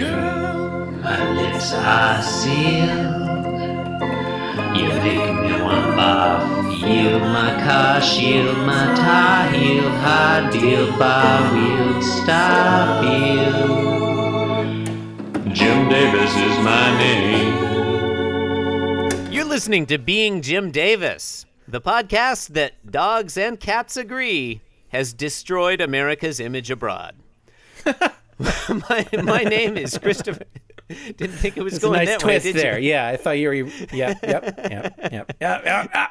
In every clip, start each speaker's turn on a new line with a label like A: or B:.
A: Girl, my lips are sealed. You make me want to barf. Yield my car, shield my tie heel, high deal, bar wheel, stop heel. Jim Davis is my name.
B: You're listening to Being Jim Davis, the podcast that dogs and cats agree has destroyed America's image abroad. my, my name is Christopher. Didn't think it was
C: It's a
B: going
C: nice
B: that
C: twist
B: way, did
C: there.
B: you?
C: Yeah, I thought you were. Yeah, yep, yep, yep, yep. yep, yep.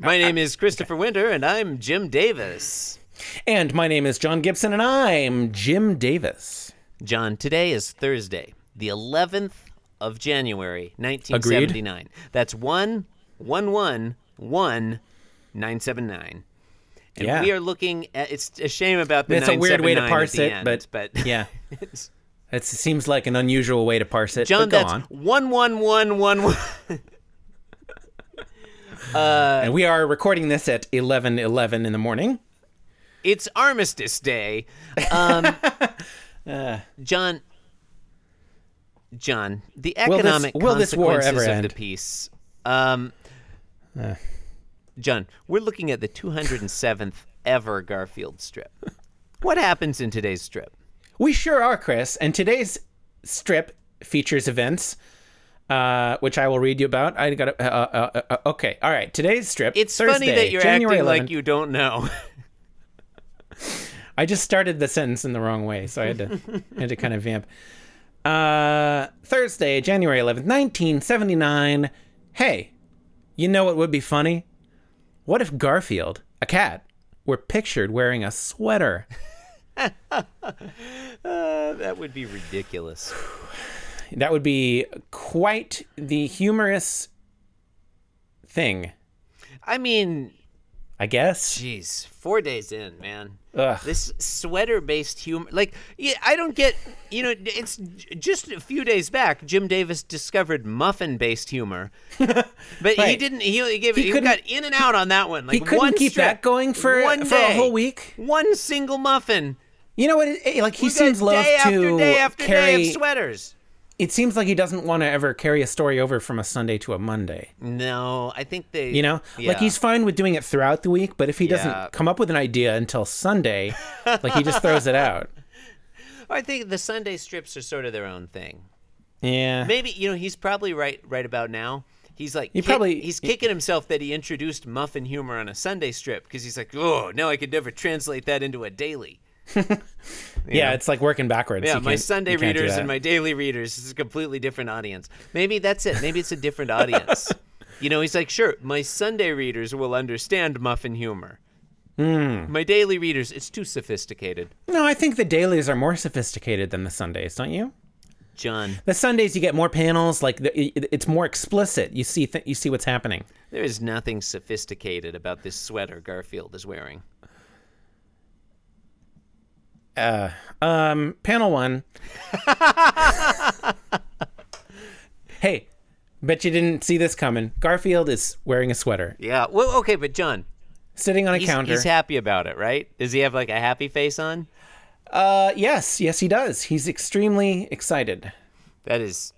B: My name is Christopher Winter, and I'm Jim Davis.
C: And my name is John Gibson, and I'm Jim Davis.
B: John, today is Thursday, the 11th of January, 1979. That's one, one, one, one, nine, seven, nine. And
C: Yeah.
B: we are looking at it's a shame about the
C: That's a weird way to
B: 979 at
C: parse
B: the
C: it,
B: end,
C: but-
B: but
C: yeah.
B: it's-
C: It seems like an unusual way to parse it.
B: John,
C: but go
B: that's
C: on.
B: one one one one one. uh,
C: and we are recording this at eleven eleven in the morning.
B: It's Armistice Day. Um,
C: Uh.
B: John, John, the
C: this-
B: economic
C: will this war
B: consequences
C: ever
B: of the
C: end? Uh.
B: peace. Um, John, we're looking at the 207th ever Garfield strip. What happens in today's strip?
C: We sure are, Chris. And today's strip features events, uh, which I will read you about. I got to. Uh, uh, uh, okay, all right. Today's strip.
B: It's funny
C: Thursday,
B: that you're
C: January
B: acting
C: 11th.
B: like you don't know.
C: I just started the sentence in the wrong way, so I had to had to kind of vamp. Uh, Thursday, January 11th, 1979. Hey, you know what would be funny? What if Garfield, a cat, were pictured wearing a sweater?
B: Uh, that would be ridiculous.
C: That would be quite the humorous thing,
B: I mean,
C: I guess.
B: Jeez, four days in, man.
C: Ugh.
B: This sweater-based humor, like, yeah, I don't get. You know, it's j- just a few days back. Jim Davis discovered muffin-based humor, but he
C: Right.
B: didn't. He, he gave.
C: He
B: He,
C: couldn't-
B: got in and out on that one. Like,
C: He couldn't
B: one
C: keep
B: strip,
C: that going for
B: one
C: for a
B: day,
C: whole week.
B: One single muffin.
C: You know what? It, it- like he
B: We got
C: seems loath
B: day
C: to
B: after day after
C: carry
B: day of sweaters.
C: it seems like he doesn't want to ever carry a story over from a Sunday to a Monday.
B: No, I think they.
C: You know, like
B: Yeah.
C: he's fine with doing it throughout the week, but if he
B: Yeah.
C: doesn't come up with an idea until Sunday, like he just throws it out.
B: I think the Sunday strips are sort of their own thing.
C: Yeah.
B: Maybe you know he's probably right right about now. He's like
C: He
B: kick-
C: probably-
B: he's kicking himself that he introduced muffin humor on a Sunday strip because he's like, oh, now I could never translate that into a daily.
C: yeah, it's like working backwards.
B: Yeah,
C: You
B: my
C: can't-
B: Sunday
C: you can't do
B: readers and
C: that.
B: my daily readers is a completely different audience. Maybe that's it. Maybe it's a different audience. You know, he's like, sure, my Sunday readers will understand muffin humor.
C: Hmm.
B: My daily readers, it's too sophisticated.
C: No, I think the dailies are more sophisticated than the Sundays, don't you?
B: John,
C: The Sundays you get more panels, like the, it, it's more explicit. You see th- you see what's happening.
B: there is nothing sophisticated about this sweater Garfield is wearing.
C: Um, panel 1. hey, bet you didn't see this coming. Garfield is wearing a sweater,
B: Yeah. Well, okay, but John,
C: sitting on a
B: He's,
C: counter.
B: he's happy about it, right? Does he have like a happy face on?
C: Uh, yes, yes, he does. He's extremely excited.
B: That is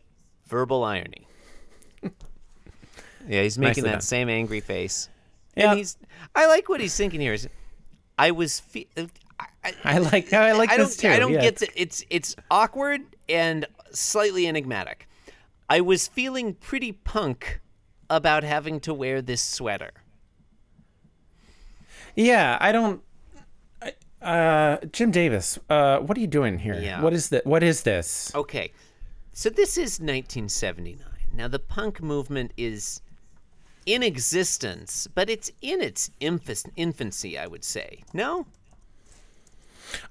B: verbal irony. yeah, he's making
C: Nicely
B: that
C: done.
B: same angry face.
C: Yeah.
B: And he's I like what he's thinking here is I was fe- I, I,
C: I like I like
B: I
C: this
B: don't
C: too.
B: I don't
C: yeah.
B: get that it's it's awkward and slightly enigmatic. I was feeling pretty punk about having to wear this sweater.
C: Yeah, I don't. I- Uh, Jim Davis, uh, what are you doing here?
B: Yeah.
C: What is that? What is this?
B: Okay. So this is 1979. Now the punk movement is in existence, but it's in its infas- infancy, I would say. No?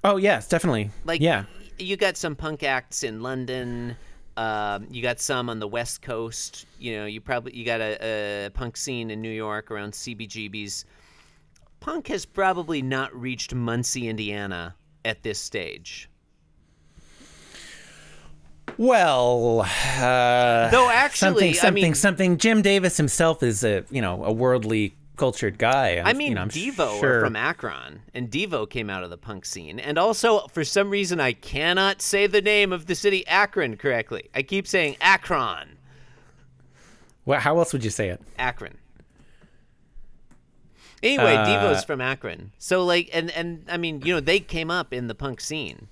C: Oh yes, definitely.
B: Like
C: yeah,
B: y- you got some punk acts in London. Um, you got some on the West Coast. You know, you probably you got a, a punk scene in New York around CBGB's. Punk has probably not reached Muncie, Indiana at this stage.
C: well, uh,
B: Though actually,
C: something, something,
B: I mean,
C: something. Jim Davis himself is a you know a worldly cultured guy. I'm,
B: I
C: you
B: mean,
C: know, I'm
B: Devo
C: sure-
B: are from Akron, and Devo came out of the punk scene. And also, for some reason, I cannot say the name of the city Akron correctly. I keep saying Akron,
C: Well, how else would you say it?
B: Akron. Anyway,
C: Uh,
B: Devo's from Akron, so like, and and I mean, you know, they came up in the punk scene.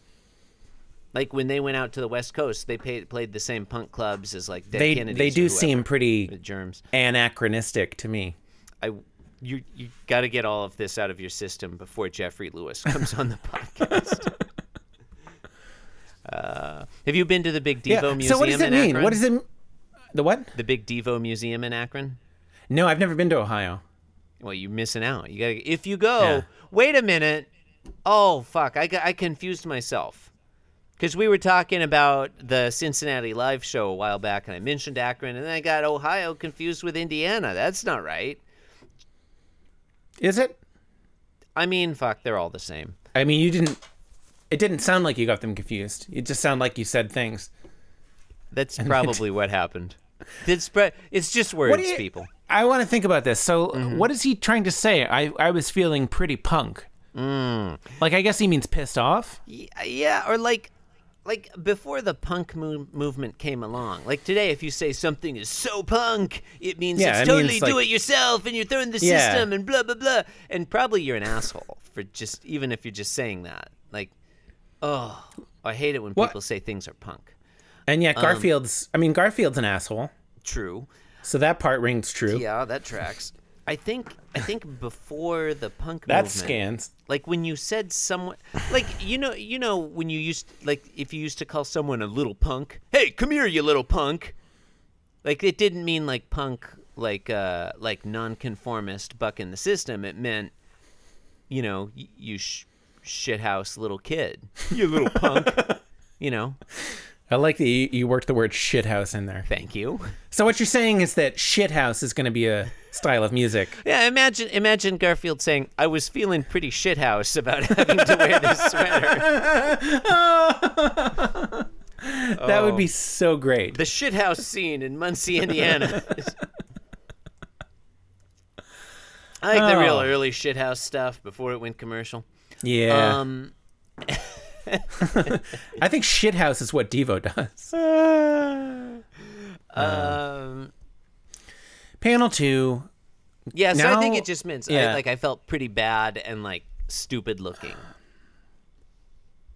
B: Like when they went out to the West Coast, they paid, played the same punk clubs as like Dead
C: They
B: Kennedys
C: they
B: or
C: do
B: whoever,
C: seem
B: the
C: pretty
B: germs.
C: anachronistic to me.
B: I you you got to get all of this out of your system before Jeffrey Lewis comes on the podcast. Uh, have you been to the Big Devo Museum?
C: So what does it
B: in
C: mean?
B: Akron?
C: What does it? m- The what?
B: the Big Devo Museum in Akron?
C: No, I've never been to Ohio.
B: Well, you're missing out. You got to if you go.
C: Yeah.
B: Wait a minute. Oh fuck! I got, I confused myself because we were talking about the Cincinnati live show a while back, and I mentioned Akron, and then I got Ohio confused with Indiana. That's not right.
C: Is it?
B: I mean, fuck, they're all the same.
C: I mean, you didn't. It didn't sound like you got them confused. It just sounded like you said things.
B: That's probably what happened. It's, pre- it's just words,
C: do you-
B: people. Mm-hmm.
C: I want to think about this. So, what is he trying to say? I I was feeling pretty punk.
B: Mm.
C: Like, I guess he means pissed off.
B: Y- Yeah, or like, like before the punk mo- movement came along. Like today, if you say something is so punk, it means it's
C: Yeah, it
B: totally
C: means,
B: do
C: like-
B: it yourself, and you're throwing the
C: Yeah.
B: system, and blah blah blah. And probably you're an asshole for just even if you're just saying that. Like, oh, I hate it when
C: What-
B: people say things are punk.
C: And
B: Um,
C: yet, Garfield's. I mean, Garfield's an asshole.
B: True.
C: So that part rings true.
B: Yeah, that tracks. I think I think before the punk
C: That
B: movement,
C: scans.
B: Like when you said someone, like you know, you know when you used like if you used to call someone a little punk. Hey, come here, you little punk. Like it didn't mean like punk, like uh, like nonconformist, buck in the system. It meant, you know, y- you sh- shithouse little kid, you little punk. You know,
C: I like that you, you worked the word shithouse in there.
B: thank you.
C: So what you're saying is that shithouse is going to be a style of music.
B: Yeah, imagine imagine Garfield saying, "I was feeling pretty shithouse about having to wear this sweater."
C: That
B: Oh.
C: would be so great.
B: the shithouse scene in Muncie, Indiana. I like the real
C: Oh.
B: early shithouse stuff before it went commercial.
C: yeah.
B: Um,
C: I think shithouse is what Devo does.
B: um,
C: Panel 2.
B: yeah, so I think
C: Now-
B: it just meant I,
C: yeah.
B: like I felt pretty bad and like stupid looking.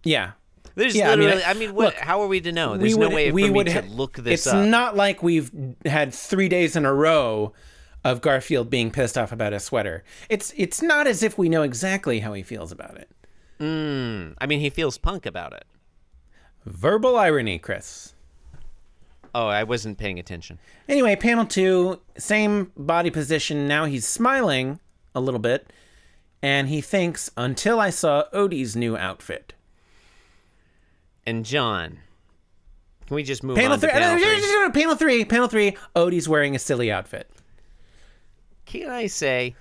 C: Yeah.
B: There's
C: Yeah, I mean,
B: literally,
C: I-
B: I mean, what?
C: look,
B: how are we to know? There's no way for me
C: would
B: to
C: ha-
B: look this
C: It's
B: up.
C: not like we've had 3 days in a row of Garfield being pissed off about his sweater. It's it's not as if we know exactly how he feels about it.
B: I mean, he feels punk about it.
C: Verbal irony, Chris.
B: Oh, I wasn't paying attention.
C: Anyway, panel two, same body position. Now he's smiling a little bit, and he thinks, until I saw Odie's new outfit.
B: And John, can we just move
C: Panel
B: on to
C: three,
B: panel three?
C: panel, three, panel three, Odie's wearing a silly outfit.
B: Can I say,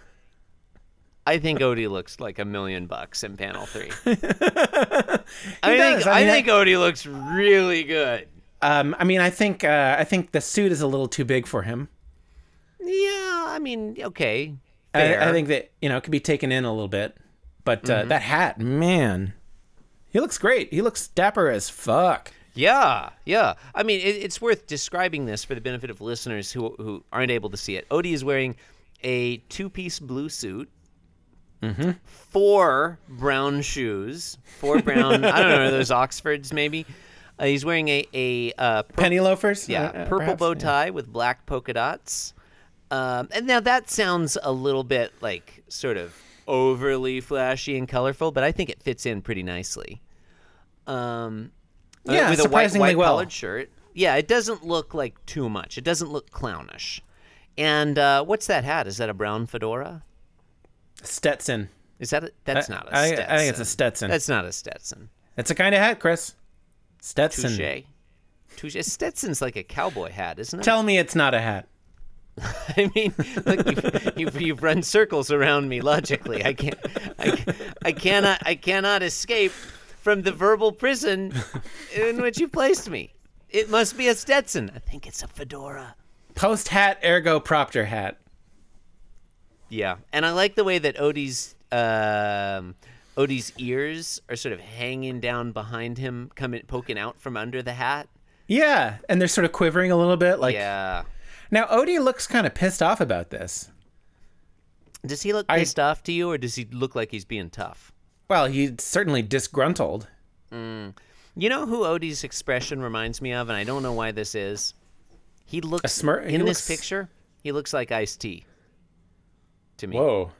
B: I think Odie looks like a million bucks in panel three. I
C: does,
B: think
C: I
B: I,
C: mean,
B: think Odie looks really good.
C: Um, I mean, I think uh, I think the suit is a little too big for him.
B: Yeah, I mean, okay.
C: I,
B: fair. Mm-hmm.
C: I think that you know it could be taken in a little bit, but uh, that hat, man, he looks great. He looks dapper as fuck.
B: Yeah, yeah. I mean, it, it's worth describing this for the benefit of listeners who who aren't able to see it. Odie is wearing a two-piece blue suit, Mm-hmm. four brown shoes, four brown. I don't know, are those Oxfords maybe. Uh, he's wearing a a uh,
C: Penny loafers,
B: Yeah,
C: Uh, uh,
B: purple
C: perhaps,
B: bow
C: yeah.
B: tie with black polka dots. Um, and now that sounds a little bit like sort of overly flashy and colorful, but I think it fits in pretty nicely. Um, uh,
C: Yeah,
B: with a white
C: surprisingly
B: white
C: well.
B: collared shirt. Yeah, it doesn't look like too much. It doesn't look clownish. And uh, what's that hat? Is that a brown fedora?
C: Stetson.
B: Is that a, that's not a
C: I- I think
B: Stetson?
C: it's a Stetson.
B: That's not a Stetson.
C: That's the kind of hat, Chris. Stetson.
B: Touche. Touche. Stetson's like a cowboy hat, isn't it?
C: Tell me it's not a hat.
B: I mean, look, you've, you've, you've run circles around me logically. I can't, I, ca- I cannot, I cannot escape from the verbal prison in which you placed me. It must be a Stetson. I think it's a fedora.
C: Post hat ergo propter hat.
B: Yeah, and I like the way that Odie's um, Odie's ears are sort of hanging down behind him, coming poking out from under the hat.
C: Yeah, and they're sort of quivering a little bit. Like
B: Yeah.
C: now, Odie looks kind of pissed off about this.
B: Does he look pissed off to you, or does he look like he's being tough?
C: Well, he's certainly disgruntled.
B: You know who Odie's expression reminds me of, and I don't know why this is. He looks
C: smir- he
B: in
C: looks-
B: this picture. He looks like Ice T. To me,
C: Whoa,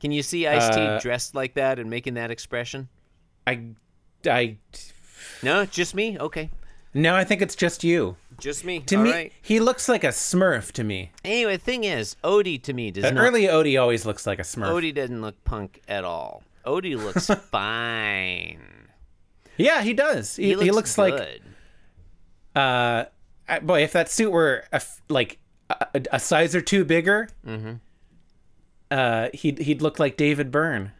B: can you see Ice T
C: Uh,
B: dressed like that and making that expression?
C: I, I,
B: No, just me. Okay,
C: no, I think it's just you.
B: just me.
C: To
B: All
C: me,
B: right.
C: he looks like a Smurf. To me,
B: Anyway, thing is, Odie to me does
C: Uh,
B: not.
C: early Odie always looks like a Smurf.
B: Odie doesn't look punk at all. Odie looks fine.
C: Yeah, he does. He, he looks, like
B: good.
C: uh, uh, boy. If that suit were a f like a, a- a size or two bigger, uh, he'd he'd look like David Byrne.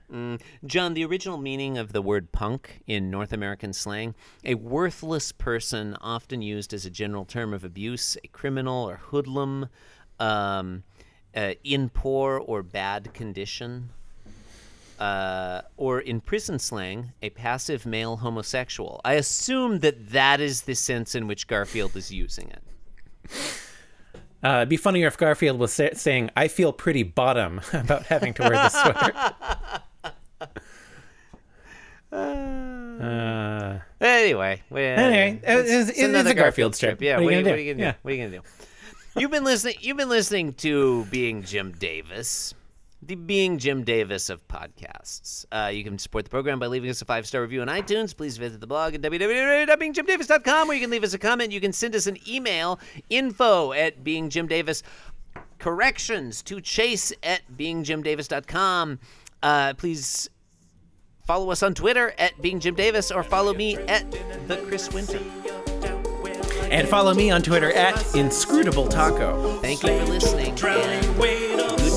B: John, the original meaning of the word punk in North American slang, a worthless person often used as a general term of abuse, a criminal or hoodlum, um, uh, in poor or bad condition, uh, or in prison slang, a passive male homosexual. I assume that that is the sense in which Garfield is using it.
C: Uh, it'd be funnier if Garfield was sa- saying, "I feel pretty bottom about having to wear this sweater." uh,
B: Anyway, well,
C: Anyway, it is- it is
B: another
C: a Garfield strip.
B: Yeah,
C: What are
B: what,
C: you
B: are you,
C: gonna
B: what are
C: do?
B: you gonna
C: Yeah.
B: do? What are you gonna do? You've been listening. You've been listening to Being Jim Davis, the Being Jim Davis of podcasts. Uh, you can support the program by leaving us a five star review on iTunes. Please visit the blog at www.beingjimdavis.com, where you can leave us a comment. You can send us an email, info at Being Jim Davis corrections to chase at beingjimdavis.com. Uh, please follow us on Twitter at beingjimdavis or follow me at the Chris Winter.
C: and follow me on Twitter at inscrutable taco.
B: Thank you for listening. and
D: Drowning weight of
B: Good